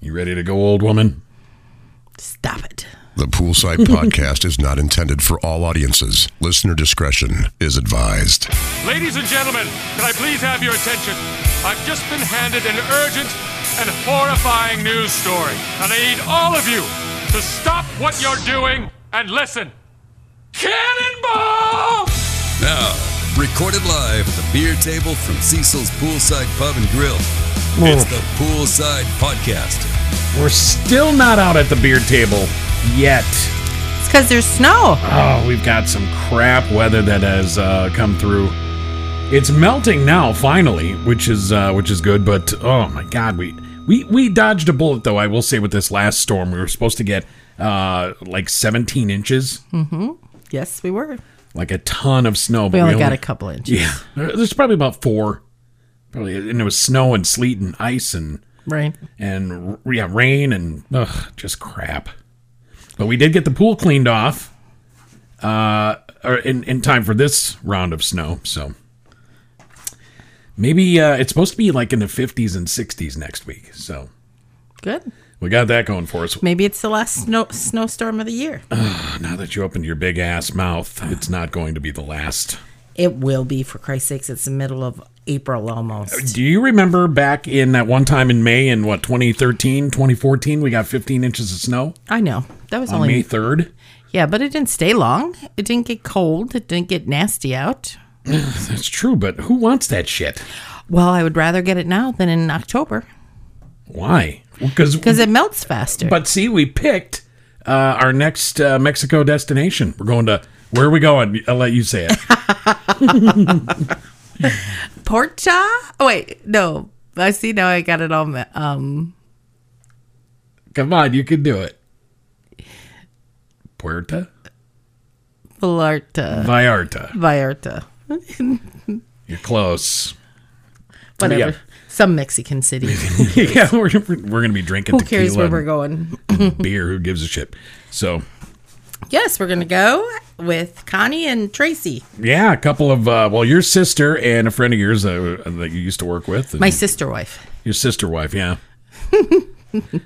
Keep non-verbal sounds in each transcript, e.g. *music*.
You ready to go, old woman? Stop it. The Poolside Podcast is not intended for all audiences. Listener discretion is advised. Ladies and gentlemen, can I please have your attention? I've just been handed an urgent and horrifying news story, and I need all of you to stop what you're doing and listen. Cannonball! Now, recorded live at the beer table from Cecil's Poolside Pub and Grill. It's the Poolside Podcast. We're still not out at the beer table yet. It's because there's snow. Oh, we've got some crap weather that has uh, come through. It's melting now, finally, which is uh, which is good. But oh my god, we we we dodged a bullet though. I will say with this last storm, we were supposed to get uh, like 17 inches, Yes, we were. like a ton of snow. We only got a couple inches. Yeah, *laughs* There- there's probably about four, probably, and it was snow and sleet and ice and Right. and r- yeah, rain and ugh, just crap. But we did get the pool cleaned off, uh, or in in time for this round of snow. So maybe uh, it's supposed to be like in the 50s and 60s next week. So Good. we got that going for us. Maybe it's the last snow snowstorm of the year. Now that you opened your big ass mouth, it's not going to be the last. It will be, for Christ's sakes. It's the middle of April almost. Do you remember back in that one time in May in what 2013, 2014, we got 15 inches of snow I know. That was on only. May 3rd? yeah, but it didn't stay long. It didn't get cold. It didn't get nasty out. That's true, but who wants that shit? Well, I would rather get it now than in October Why? Because because it melts faster. but see, we picked uh, our next uh, Mexico destination. We're going to where are we going? I'll let you say *laughs* it. Porta? Oh, wait. No. I see now I got it all. me- Um, Come on, you can do it. Puerta Vallarta. Vallarta. Vallarta. You're close. Whatever. Yeah. Some Mexican city. *laughs* yeah, we're, we're, we're gonna be drinking Who cares tequila where we're and going? beer. Who gives a shit? So Yes, we're gonna go with Connie and Tracy, yeah, a couple of uh, well, your sister and a friend of yours uh, that you used to work with. and- my sister wife. Your sister wife, *laughs* yeah.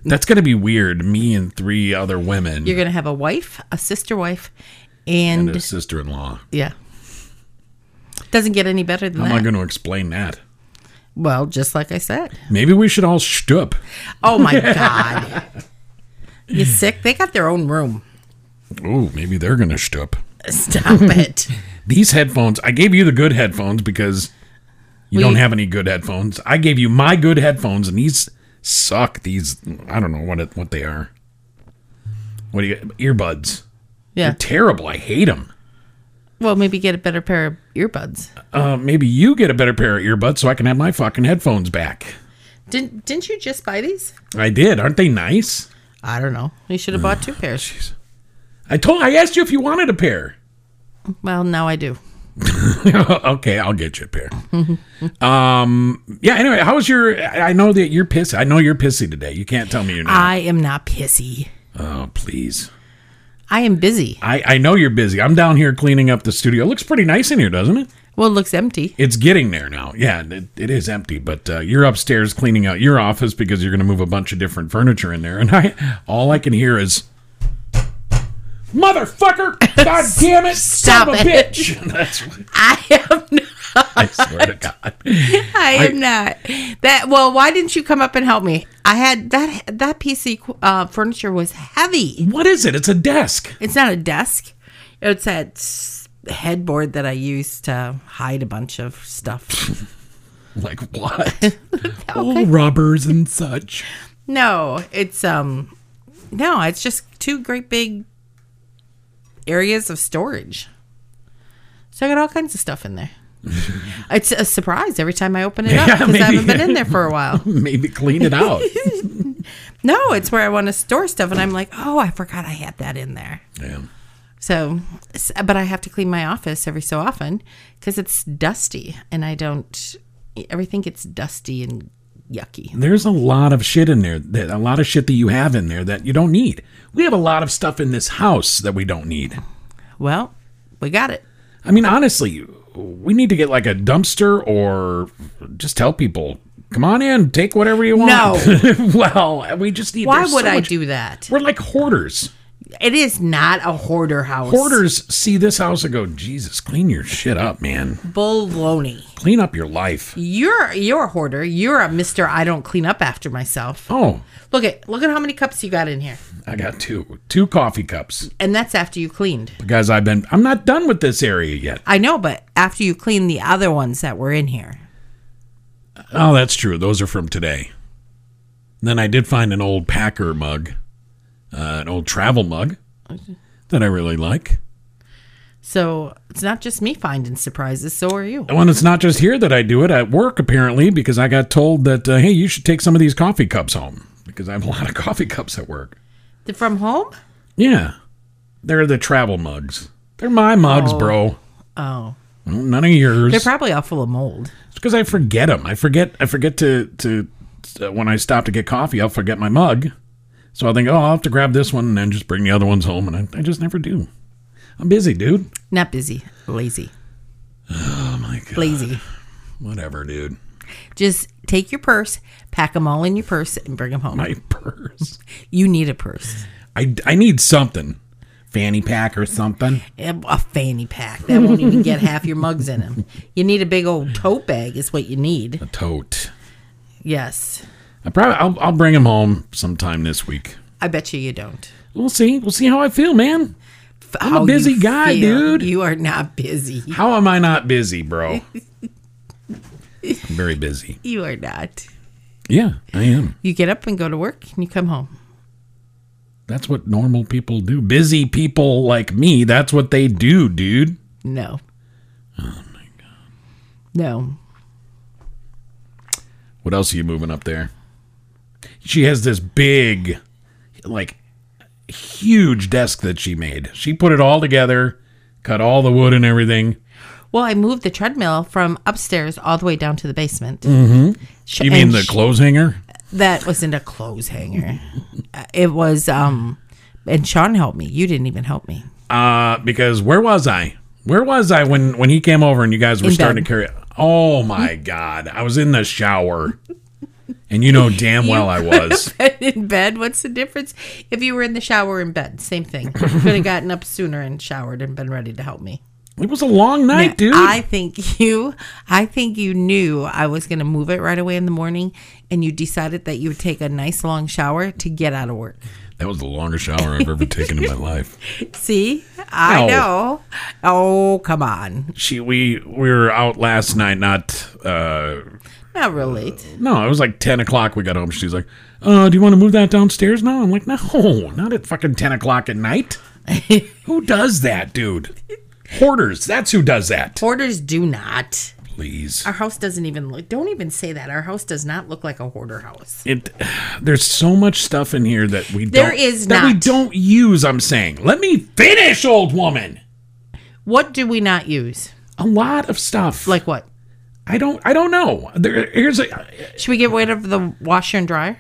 That's gonna be weird. Me and three other women You're gonna have a wife, a sister wife, and, and a sister-in-law. yeah, doesn't get any better than How am I that. going to explain that? well, just like I said. Maybe we should all shtup. *laughs* Oh my god, you sick? They got their own room. Ooh, maybe they're going to shtup. *laughs* Stop it. These headphones, I gave you the good headphones because you We- don't have any good headphones. I gave you my good headphones, and these suck. These, I don't know what it, what they are. What do you earbuds? Yeah. They're terrible. I hate them. Well, maybe get a better pair of earbuds. Uh, maybe you get a better pair of earbuds so I can have my fucking headphones back. Didn't Didn't you just buy these? I did. Aren't they nice? I don't know. You should have bought two *sighs* pairs. I told. I asked you if you wanted a pair. Well, now I do. *laughs* okay, I'll get you a pair. um, yeah. Anyway, how was your? I I know that you're pissy. I know you're pissy today. You can't tell me you're not. I am not pissy. oh, please. I am busy. I I know you're busy. I'm down here cleaning up the studio. It looks pretty nice in here, doesn't it? Well, it looks empty. *laughs* It's getting there now. Yeah, it, it is empty, but uh, you're upstairs cleaning out your office because you're going to move a bunch of different furniture in there, and I all I can hear is. Motherfucker! *laughs* God damn it! Stop son of a it. bitch! *laughs* That's what I am not. I swear to God. I am not. That well, why didn't you come up and help me? I had that that piece of equi- uh, furniture was heavy. What is it? It's a desk. It's not a desk. It's that s- headboard that I use to hide a bunch of stuff. Like what? *laughs* All rubbers and such. no, it's um, no, it's just two great big areas of storage. So I got all kinds of stuff *laughs* in there. it's a surprise every time I open it up Yeah, because I maybe. *laughs* *laughs* haven't been in there for a while. Maybe clean it out. No, it's where I want to store stuff, and I'm like, oh, I forgot I had that in there. Yeah. So, s- but I have to clean my office every so often because it's dusty, and I don't. Everything gets dusty and yucky. There's a lot of shit in there. That, a lot of shit that you have in there that you don't need. We have a lot of stuff in this house that we don't need. Well, we got it. I mean, honestly, we need to get like a dumpster or just tell people, come on in, take whatever you want. No. *laughs* well, we just need. Why there's so would I much- do that? We're like hoarders. It is not a hoarder house. Hoarders see this house and go, Jesus, clean your shit up, man. baloney. Clean up your life. You're you're a hoarder. You're a Mister. I don't clean up after myself. Oh, Look at look at how many cups you got in here, I got two, two coffee cups and that's after you cleaned. because I've been. I'm not done with this area yet. I know, but after you clean the other ones that were in here. Oh, that's true. Those are from today. Then I did find an old Packer mug, uh, an old travel mug that I really like. So it's not just me finding surprises. So are you. Well, and it's not just here that I do it at work, apparently, because I got told that, uh, hey, you should take some of these coffee cups home because I have a lot of *laughs* coffee cups at work. They're From home? Yeah. They're the travel mugs. They're my mugs, bro. Oh, Well, None of yours. they're probably all full of mold. it's because I forget them. I forget. I forget to to uh, when I stop to get coffee, I'll forget my mug. So I think, oh, I'll have to grab this one and then just bring the other ones home, and I, I just never do. I'm busy, dude. Not busy, lazy, Oh my god. lazy. Whatever, dude. Just take your purse, pack them all in your purse, and bring them home. My *laughs* purse. You need a purse, I I need something. Fanny pack or something. a Eh, a fanny pack that won't even get half your mugs in them. You need a big old tote bag, is what you need. A tote. Yes, I probably I'll, I'll bring him home sometime this week. I bet you you don't. We'll see. We'll see how I feel, man. I'm a How busy you guy, feel. dude. You are not busy. How am I not busy, bro? I'm very busy. You are not. Yeah, I am. You get up and go to work, and you come home. That's what normal people do. Busy people like me, that's what they do, dude. No. Oh my god. No. What else are you moving up there? She has this big, like, huge desk that she made. She put it all together, cut all the wood and everything. Well, I moved the treadmill from upstairs all the way down to the basement. Sh- Mm-hmm. You mean and the sh- clothes hanger? That wasn't a *laughs* clothes hanger. Uh, it was, um, and Sean helped me. You didn't even help me. Uh, because where was I? Where was I when when he came over and you guys were In starting to bed. carry? Oh *laughs* my god, I was in the shower, and you know damn well I *laughs* was. in bed, what's the difference? If you were in the shower in bed, same thing. Could have gotten up sooner and showered and been ready to help me. It was a long night, dude. I think you, I think you knew I was going to move it right away in the morning, and you decided that you would take a nice long shower to get out of work. that was the longest shower I've ever taken in *laughs* my life. See, I No. know. Oh, come on. She we we were out last night. Not uh Not real late. no, it was like ten o'clock. We got home. She's like, uh, do you want to move that downstairs now? I'm like, no, not at fucking ten o'clock at *laughs* night. who does that, dude? Hoarders. That's who does that. Hoarders do not. Please. Our house doesn't even look. Don't even say that. Our house does not look like a hoarder house. it there's so much stuff in here that we There don't, is that we not. don't use i'm saying let me finish old woman What do we not use? a lot of stuff Like what? i don't i don't know there here's a Should we get rid of the washer and dryer?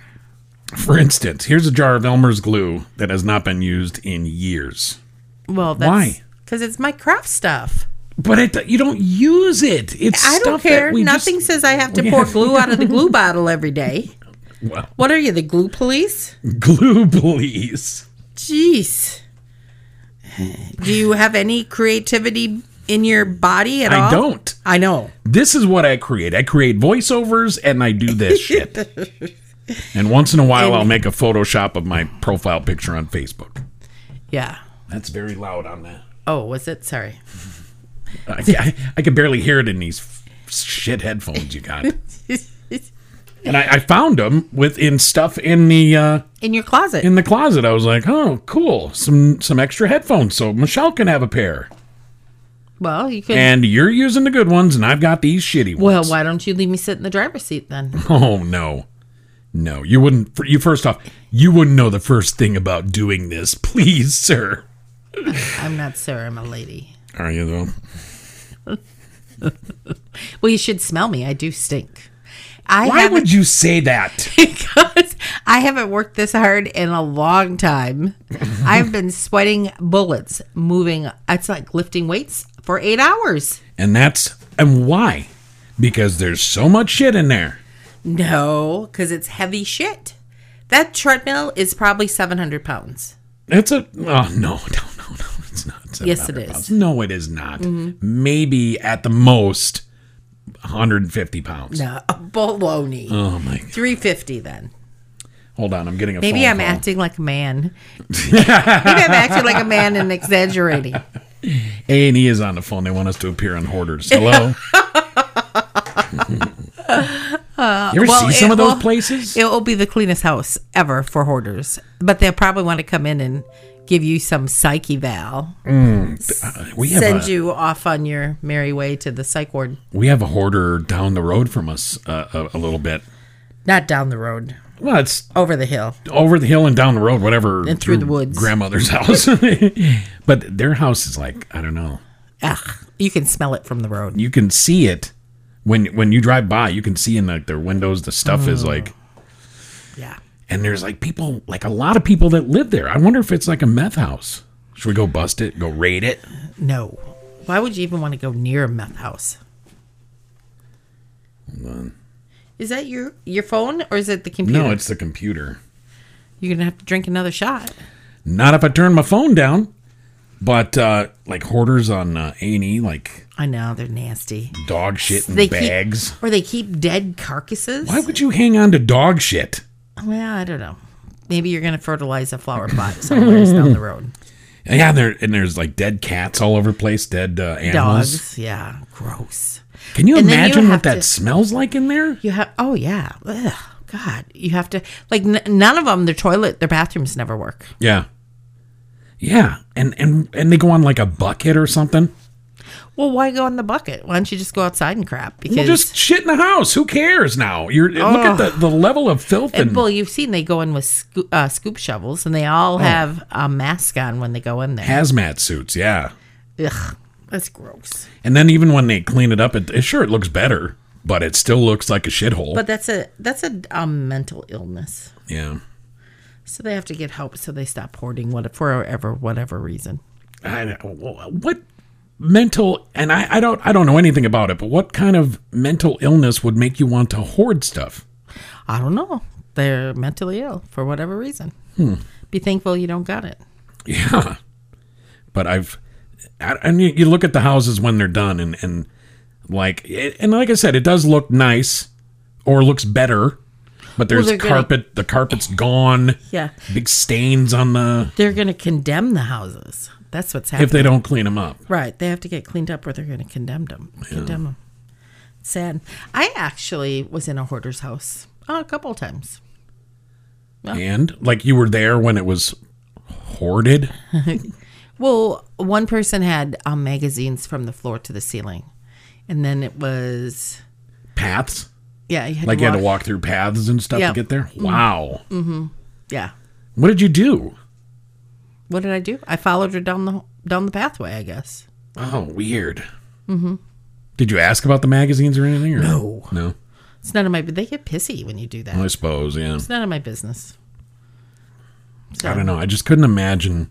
for instance here's a jar of elmer's glue that has not been used in years Well, that's Why? Because it's my craft stuff. but it you don't use it it's I don't stuff that care. we just- Nothing says I have to we pour have- glue *laughs* out of the glue bottle every day. Well. What are you, the glue police? glue *laughs* please Jeez. Do you have any creativity in your body at all? i don't I know. this is what i create i create voiceovers and i do *laughs* this shit and once in a while i'll make a photoshop of my profile picture on facebook Yeah. That's very loud on that. Oh, was it? Sorry. I, I, I can barely hear it in these f- shit headphones you *laughs* got. and I, I found them within stuff in the uh, In your closet. in the closet. I was like, oh, cool, some some extra headphones, so Michelle can have a pair. well, you could. And you're using the good ones, and I've got these shitty *laughs* well, ones. why don't you leave me sit in the driver's seat then? Oh no, No, you wouldn't. fir- You first off, you wouldn't know the first thing about doing this, *laughs* please, sir. I'm not sir. I'm a lady. Are you though? Well, you should smell me. I do stink. I Why haven't- would you say that? *laughs* because I haven't worked this hard in a long time. I've been sweating bullets, moving. It's like lifting weights for eight hours. And that's and why? Because there's so much shit in there. No, because it's heavy shit. That treadmill is probably 700 pounds. It's a oh no *laughs* no no no it's not. Yes, 700 it is. Mm-hmm. pounds. No, it is not. Maybe at the most, 150 pounds. No, Uh, baloney. Oh my! 350 then. Hold on, I'm getting a. Maybe phone I'm call. acting like *laughs* a man. Maybe I'm acting like a man and exaggerating. A and E is on the phone. They want us to appear on *laughs* Hoarders. Hello. Uh, you ever well, see some it of those will- places? It will be the cleanest house ever for hoarders, but they'll probably want to come in and give you some psyche eval. Mm. Uh, we have Send a, you off on your merry way to the psych ward. we have a hoarder down the road from us uh, a, a little bit. Not down the road, Well, it's over the hill. over the hill and down the road, whatever, And through the woods. grandmother's *laughs* house. but their house is like I don't know. Ugh, you can smell it from the road. You can see it when when you drive by. You can see in like their windows the stuff is Oh. like, Yeah. and there's like people, like a lot of people that live there. I wonder if it's like a meth house. Should we go bust it? Go raid it? No. Why would you even want to go near a meth house? Is that your your phone or is it the computer? No, it's the computer. You're gonna have to drink another shot. Not if I turn my phone down. But uh like hoarders on uh, A&E, like I know they're nasty. dog shit in They keep- bags. or they keep dead carcasses. Why would you hang on to dog shit? Well, I don't know. Maybe you're going to fertilize *coughs* a flower pot somewhere down the road. Yeah, and, there, and there's like dead cats all over the place, dead uh, animals. Dogs. Yeah. Gross. Can you And then you imagine have what that to- smells like in there? You have, oh, yeah. Ugh, God. You have to, like, n- none of them, their toilet, their bathrooms never work. Yeah, yeah, and and and they go on like a bucket or something. Well, why go in the bucket? Why don't you just go outside and crap? Because, Well, just shit in the house. Who cares now? You're look at the, the level of filth and, and well, you've seen they go in with scoop, uh, scoop shovels and they all Oh. have a mask on when they go in there. hazmat suits. Yeah, Ugh. That's gross. and then even when they clean it up, it, it sure it looks better, but it still looks like a shithole. But that's a, that's a um, mental illness. yeah, So they have to get help so they stop hoarding what, forever, whatever reason. I, don't- what mental and I, I don't I don't know anything about it, but what kind of mental illness would make you want to hoard stuff? I don't know. They're mentally ill for whatever reason. Hmm. Be thankful you don't got it. Yeah, but I've I, and you, you look at the houses when they're done, and and like it, and like I said, it does look nice or looks better, but there's they're gonna- carpet. the carpet's gone. Yeah. big stains on the They're going to condemn the houses. That's what's happening. if they don't clean them up. right. They have to get cleaned up or they're going to condemn them. Condemn them. Sad. I actually was in a hoarder's house uh, a couple times. And like you were there when it was hoarded. Well, one person had um, magazines from the floor to the ceiling. And then it was, Paths, yeah. You had like to you had walk, to walk through paths and stuff Yeah. Mm-hmm. to get there. Wow, Yeah. what did you do? What did I do? I followed her down the down the pathway, I guess. Oh, weird. Mm-hmm. Did you ask about the magazines or anything? Or? No, no. It's none of my. They get pissy when you do that. I suppose, yeah. It's none of my business. So, I don't know. I just couldn't imagine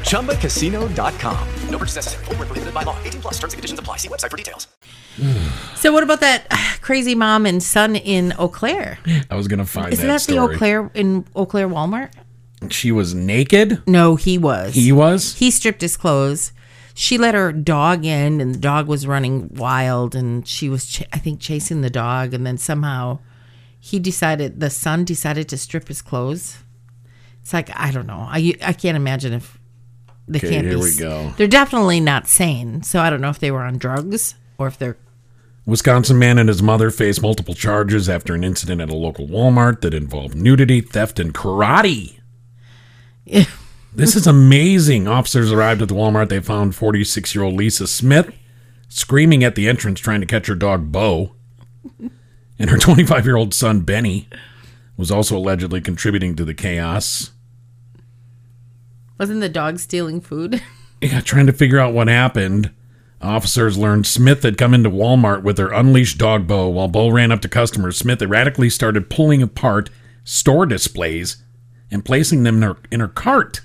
ChumbaCasino.com. No purchase necessary. Void where prohibited by law. 18 plus terms and conditions apply. See website for details. So what about that *sighs* ah, crazy mom and son in Eau Claire? I was gonna find Isn't that, that, the story. Eau Claire in Eau Claire Walmart? She was naked. No, he was. He was. He stripped his clothes. She let her dog in, and the dog was running wild, and she was, ch- I think, chasing the dog, and then somehow he decided the son decided to strip his clothes. It's like I don't know. I I can't imagine if they Okay, can't. here be, we s- go. They're definitely not sane. So I don't know if they were on drugs or if they're Wisconsin man and his mother face multiple charges after an incident at a local Walmart that involved nudity, theft, and karate. this is amazing. Officers arrived at the Walmart. They found 46 year old Lisa Smith screaming at the entrance trying to catch her dog, Bo. And her 25 year old son, Benny, was also allegedly contributing to the chaos. wasn't the dog stealing food. *laughs* Yeah, trying to figure out what happened. Officers learned Smith had come into Walmart with her unleashed dog Bo. While Bo ran up to customers, Smith erratically started pulling apart store displays and placing them in her, in her cart.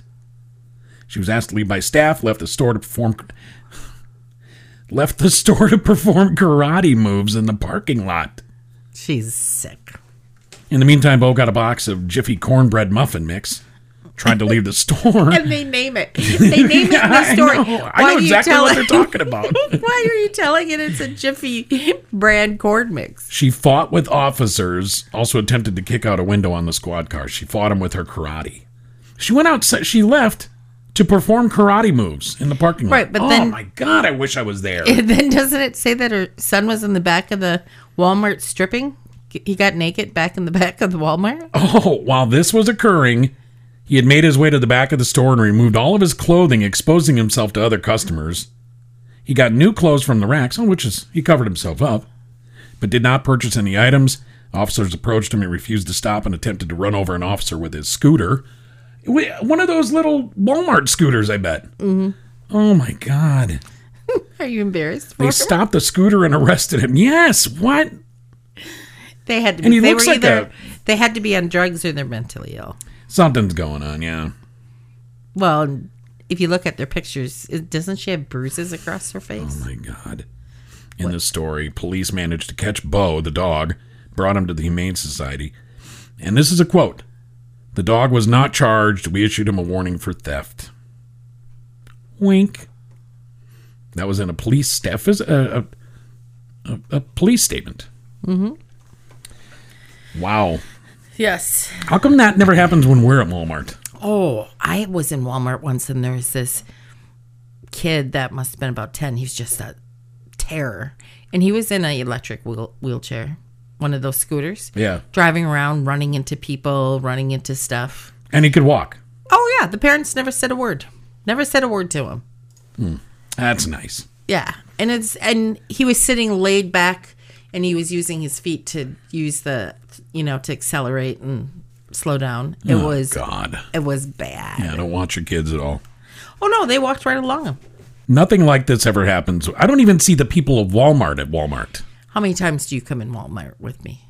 She was asked to leave by staff, left the store to perform left the store to perform karate moves in the parking lot. *laughs* She's sick. In the meantime, Bo got a box of Jiffy cornbread muffin mix. Tried to leave the store. *laughs* And they name it. They name it in the *laughs* I story. know, I know do you exactly tell what they're it- talking *laughs* about. Why are you telling it it's a Jiffy brand corn mix? She fought with officers, also attempted to kick out a window on the squad car. She fought him with her karate. She went outside, she left to perform karate moves in the parking lot. Right, but oh then- my God, I wish I was there. *laughs* And then doesn't it say that her son was in the back of the Walmart stripping? He got naked back in the back of the Walmart? Oh, while this was occurring, he had made his way to the back of the store and removed all of his clothing, exposing himself to other customers. He got new clothes from the racks, on which is he covered himself up, but did not purchase any items. Officers approached him. He refused to stop and attempted to run over an officer with his scooter. Wi- One of those little Walmart scooters, I bet. Oh my God. Are you embarrassed? For They him? stopped the scooter and arrested him. Yes, what? They had to And be, he they looks were like either a- they had to be on drugs or they're mentally ill. Something's going on, yeah. Well, if you look at their pictures, it, doesn't she have bruises across her face? Oh My God. In this story, police managed to catch Bo, the dog, brought him to the Humane Society. And this is a quote The dog was not charged. We issued him a warning for theft. Wink. That was in a police staff is a, a, a, a police statement. Mm-hmm. Wow. Yes. How come that never happens when we're at Walmart? Oh, I was in Walmart once and there was this kid that must have been about 10. He was just a terror. And he was in an electric wheel- wheelchair, one of those scooters. Yeah. Driving around, running into people, running into stuff. And he could walk. Oh, yeah. The parents never said a word. Never said a word to him. That's nice. Yeah. And it's and he was sitting laid back and he was using his feet to use the you know to accelerate and slow down. It Oh, was God. it was bad. Yeah, I don't want your kids at all. Oh no, they walked right along him. Nothing like this ever happens. I don't even see the people of Walmart at Walmart. How many times do you come in Walmart with me?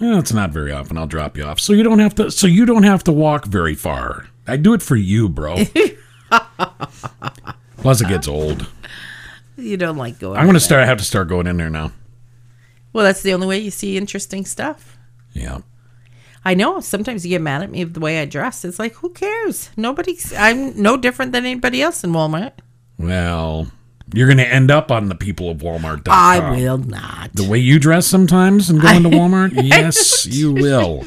Well, it's not very often. I'll drop you off, so you don't have to. So you don't have to walk very far. I do it for you, *laughs* bro. Plus, it gets old. You don't like going. I'm gonna there. start. I have to start going in there now. Well, that's the only way you see interesting stuff. Yeah. I know. Sometimes you get mad at me of the way I dress. It's like, who cares? Nobody's. I'm no different than anybody else in Walmart. Well, you're gonna end up on the people of Walmart. I will not. Uh, The way you dress sometimes and go into *laughs* Walmart, yes, you will.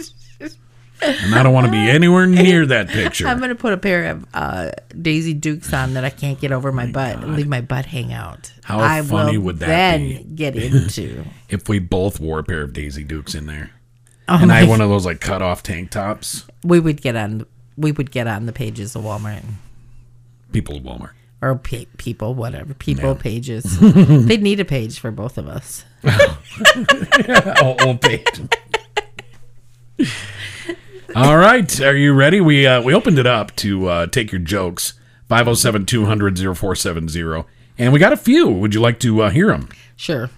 And I don't want to be anywhere near that picture. *laughs* I'm gonna put a pair of uh, Daisy Dukes on that I can't get over my, butt and leave my butt hang out. Oh How I funny will would that then be? *laughs* get into? if we both wore a pair of Daisy Dukes in there. Oh and I my- had one of those like cut off tank tops. *laughs* we would get on. We would get on the pages of Walmart People of Walmart. or pe- people, whatever people pages. They'd need a page for both of us. *laughs* oh, old page. All right. Are you ready? We uh, we opened it up to uh, take your jokes. 507 200 0470. And we got a few. Would you like to uh, hear them? Sure.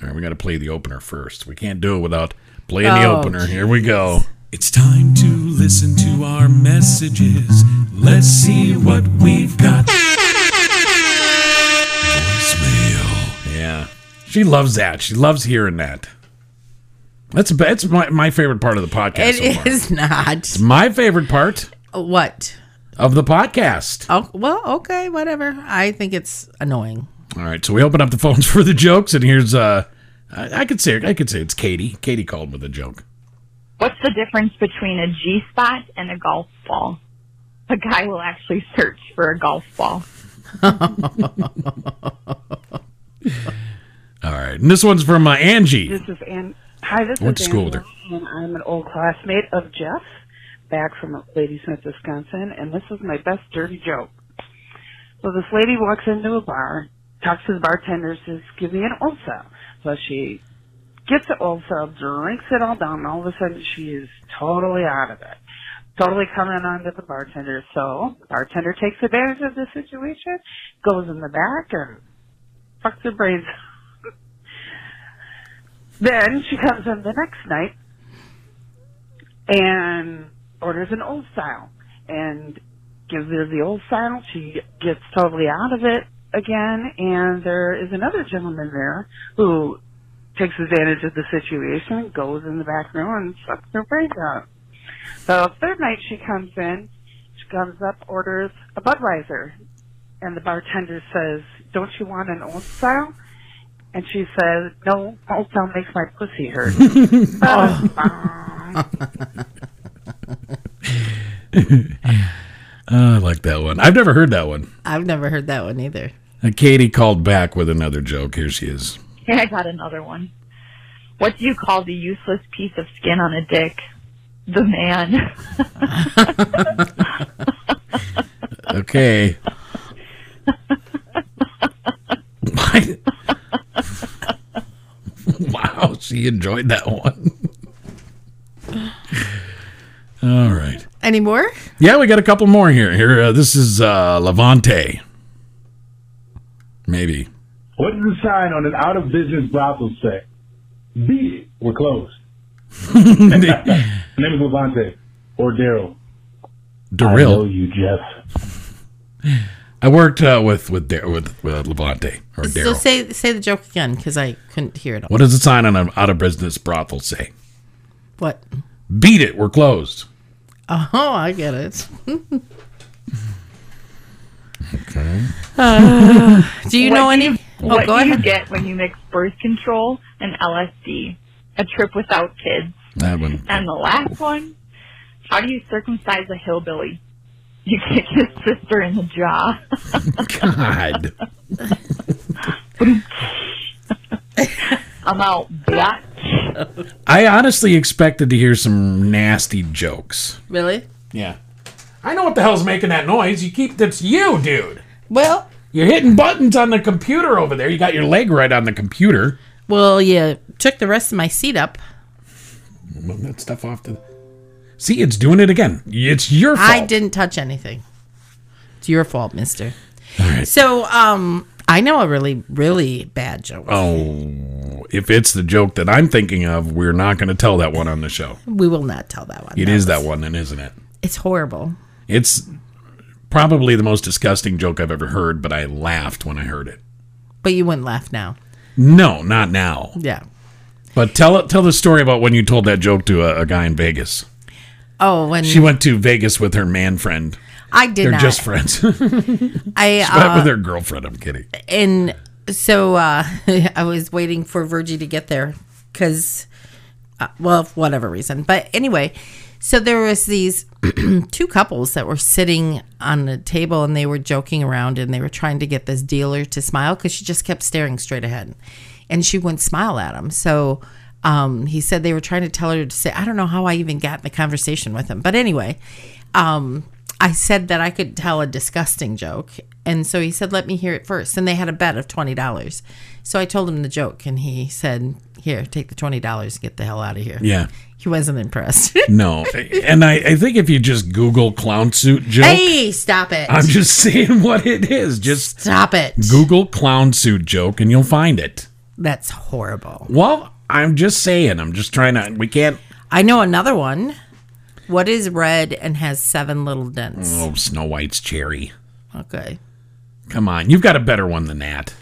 All right. We got to play the opener first. We can't do it without playing the Oh, opener. Here we go. It's time to listen to our messages. Let's see what we've got. Yeah. She loves that. She loves hearing that. That's, that's my, my favorite part of the podcast. It so is *laughs* far. not my favorite part what. of the podcast. Oh well, okay, whatever. I think it's annoying. All right, so we open up the phones *laughs* for the jokes, and here's uh, I, I could say I could say it's Katie. Katie called with a joke. What's the difference between a G spot and a golf ball? A guy will actually search for a golf ball. All right. And this one's from uh, Angie. This is Ann. Hi, this Went to is school with Angela, and I'm an old classmate of Jeff, back from Ladysmith, Wisconsin, and this is my best dirty joke. So this lady walks into a bar, talks to the bartender, says, "Give me an Olsa." So she gets the Olsa, drinks it all down, and all of a sudden she is totally out of it, totally coming on to the bartender. So bartender takes advantage of the situation, goes in the back, and fucks her brains *laughs* then she comes in the next night and orders an old style and gives her the old style. She gets totally out of it again, and there is another gentleman there who takes advantage of the situation, goes in the back room, and sucks her brains out. So third night she comes in, she comes up, orders a Budweiser, and the bartender says, "Don't you want an old style?" And she says, "No, old style makes my pussy *laughs* hurt." Oh, Uh, I like that one. I've never heard that one. I've never heard that one either. Uh, Katie called back with another joke. Here she is. Here, I got another one. What do you call the useless piece of skin on a dick? The man. *laughs* Okay. Why- *laughs* wow, she enjoyed that one. All right. Any more? Yeah, we got a couple more here. Here, uh, this is uh, Levante. Maybe. *laughs* What does the sign on an out of business brothel say? Beat it. We're closed. My name is Levante or Daryl. Darrell. I know you, Jeff. I worked uh, with with Dar- with uh, Levante or So Daryl. say say the joke again because I couldn't hear it. All. what does the sign on an out of business brothel say? What? Beat it. We're closed. Oh, I get it. *laughs* Okay. Uh, do you know What any? what oh, go do you ahead. get when you mix birth control and LSD? A trip without kids. That one. And the last one, how do you circumcise a hillbilly? You kick his sister in the jaw. *laughs* God. I'm out. Blah. I honestly expected to hear some nasty jokes. Really? Yeah. I know what the hell's making that noise. You keep that's you, dude. Well, You're hitting buttons on the computer over there. You got your leg right on the computer. well, you took the rest of my seat up. Move that stuff off to. See, it's doing it again. It's your fault. I didn't touch anything. It's your fault, Mister. So, um, I know a really, really bad joke. Oh, if it's the joke that I'm thinking of, we're not going to tell that one on the show. We will not tell that one. It is that one, then, isn't it? It's horrible. It's probably the most disgusting joke I've ever heard, but I laughed when I heard it. But you wouldn't laugh now. No, not now. Yeah. But tell it. Tell the story about when you told that joke to a, a guy in Vegas. Oh, when She went to Vegas with her man friend. I did They're not. just friends. *laughs* she I went uh, with her girlfriend. I'm kidding. and so uh, *laughs* I was waiting for Virgie to get there because, uh, well, for whatever reason. But anyway, so there was these *clears throat* two couples that were sitting on a table and they were joking around and they were trying to get this dealer to smile because she just kept staring straight ahead, and she wouldn't smile at him. So. Um, he said they were trying to tell her to say, I don't know how I even got in the conversation with him. But anyway, um, I said that I could tell a disgusting joke. And so he said, let me hear it first. And they had a bet of $20. So I told him the joke and he said, here, take the $20, get the hell out of here. Yeah. He *laughs* wasn't impressed. No, and I, I think if you just Google clown suit joke, hey, stop it. I'm just *laughs* saying what it is. Just *laughs* Stop it. Google clown suit joke, and you'll find it. That's horrible. Well, I'm just saying. I'm just trying to. We can't. I know another one. What is red and has seven little dents? Oh, Snow White's cherry. Okay. Come on, you've got a better one than that.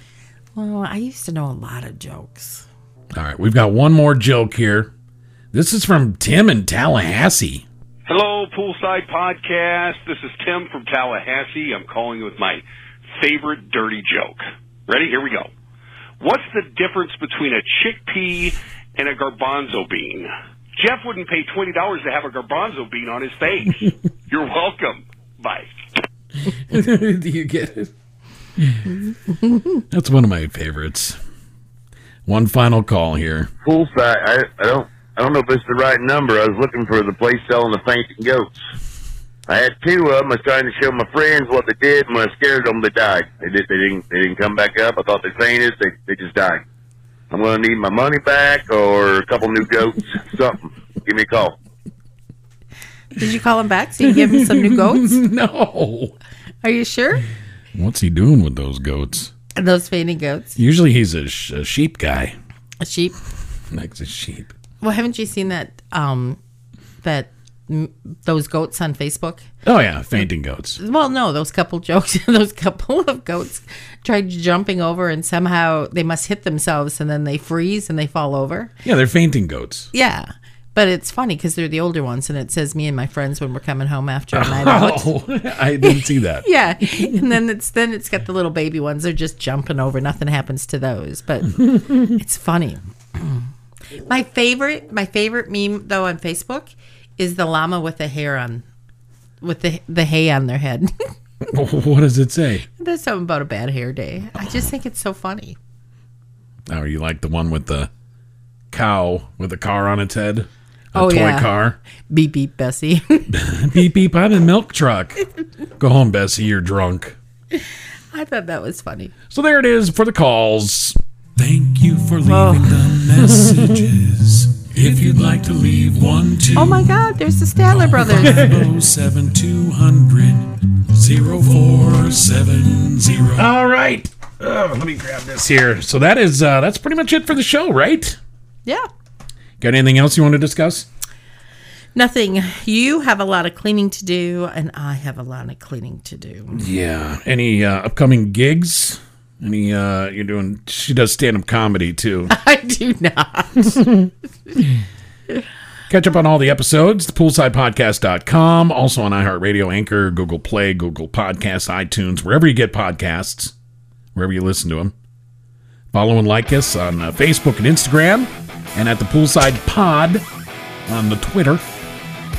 Well, I used to know a lot of jokes. All right, we've got one more joke here. This is from Tim in Tallahassee. *laughs* Hello, Poolside Podcast. This is Tim from Tallahassee. I'm calling with my favorite dirty joke. Ready? Here we go. What's the difference between a chickpea and a garbanzo bean? Jeff wouldn't pay twenty dollars to have a garbanzo bean on his face. You're welcome. Bye. Do you get it? That's one of my favorites. One final call here. *laughs* Poolside. I, I don't. I don't know if it's the right number. I was looking for the place selling the fainting goats. I had two of them. I was trying to show my friends what they did, and when I scared them, they died. They, did, they didn't. They didn't come back up. I thought they fainted. They they just died. I'm going to need my money back or a couple new goats, *laughs* something. Give me a call. Did you call him back so you give him some new *laughs* goats? no. Are you sure? What's he doing with those goats? Those fainting goats. Usually he's a, sh- a sheep guy. *laughs* A sheep. Likes a sheep. Well, haven't you seen that? Um, that m- those goats on Facebook. Oh yeah, fainting goats. Well, no, those couple jokes, *laughs* those couple of goats tried jumping over and somehow they must hit themselves and then they freeze and they fall over. Yeah, they're fainting goats. Yeah. But it's funny because they're the older ones and it says me and my friends when we're coming home after a night *laughs* out. *laughs* Oh, I didn't see that. *laughs* Yeah. And then it's then it's got the little baby ones. They're just jumping over. Nothing happens to those. But it's funny. *clears throat* My favorite my favorite meme though on Facebook is the llama with the hair on with the the hay on their head. *laughs* what does it say? There's something about a bad hair day. I just think it's so funny. Oh, you like the one with the cow with a car on its head? A Oh, toy yeah. car. Beep beep Bessie. *laughs* beep beep, I'm in milk *laughs* truck. Go home, Bessie, you're drunk. I thought that was funny. So there it is for the calls. Thank you for leaving Oh. the messages. if you'd like to leave one to Oh my God! There's the *laughs* Statler brothers. oh, 7200 0470. All right. Oh, let me grab this here. So that is uh that's pretty much it for the show, right? Yeah. Got anything else you want to discuss? Nothing. You have a lot of cleaning to do, and I have a lot of cleaning to do. *laughs* Yeah. Any uh, upcoming gigs? Any uh you're doing she does stand up comedy too. I do not. Catch up on all the episodes, poolsidepodcast.com, also on iHeartRadio, Anchor, Google Play, Google Podcasts, iTunes, wherever you get podcasts, wherever you listen to them. Follow and like us on uh, Facebook and Instagram, and at the Poolside Pod on the Twitter.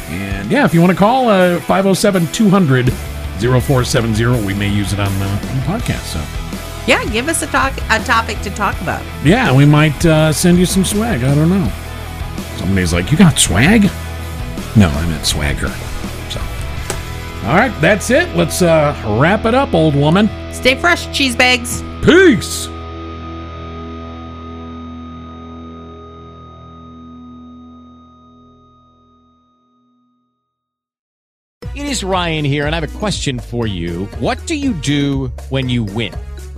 And yeah, if you want to call uh, 507 200 0470, we may use it on the, on the podcast. So yeah, give us a talk, a topic to talk about. yeah, we might uh, send you some swag. I don't know. Somebody's like, You got swag? No, I meant swagger. All right, that's it. Let's uh, wrap it up, old woman. Stay fresh, cheese bags. Peace. It is Ryan here, and I have a question for you. What do you do when you win?